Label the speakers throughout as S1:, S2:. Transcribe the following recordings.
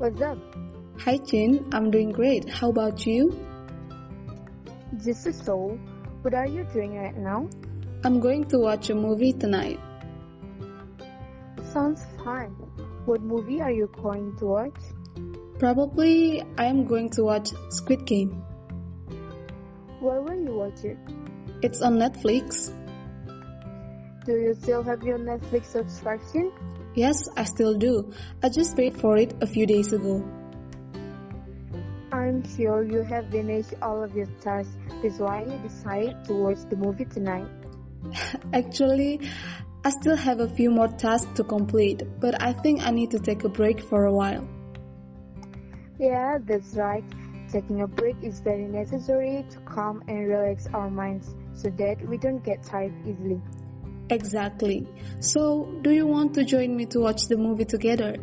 S1: What's up?
S2: Hi, Jin. I'm doing great. How about you?
S1: This is Soul. What are you doing right now?
S2: I'm going to watch a movie tonight.
S1: Sounds fun. What movie are you going to watch?
S2: Probably I am going to watch Squid Game.
S1: Where will you watch it?
S2: It's on Netflix.
S1: Do you still have your Netflix subscription?
S2: Yes, I still do. I just paid for it a few days ago.
S1: I'm sure you have finished all of your tasks. That's why you decided to watch the movie tonight.
S2: Actually, I still have a few more tasks to complete, but I think I need to take a break for a while.
S1: Yeah, that's right. Taking a break is very necessary to calm and relax our minds so that we don't get tired easily.
S2: Exactly. So, do you want to join me to watch the movie together?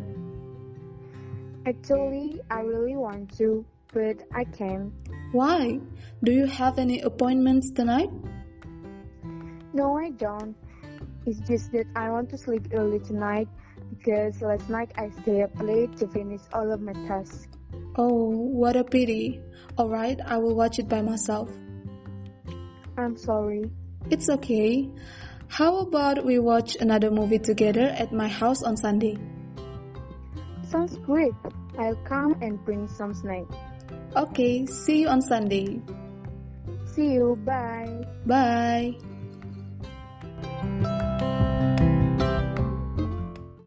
S1: Actually, I really want to, but I can't.
S2: Why? Do you have any appointments tonight?
S1: No, I don't. It's just that I want to sleep early tonight because last night I stayed up late to finish all of my tasks.
S2: Oh, what a pity. Alright, I will watch it by myself.
S1: I'm sorry.
S2: It's okay. How about we watch another movie together at my house on Sunday?
S1: Sounds great. I'll come and bring some snack.
S2: Okay, see you on Sunday.
S1: See you. Bye.
S2: Bye.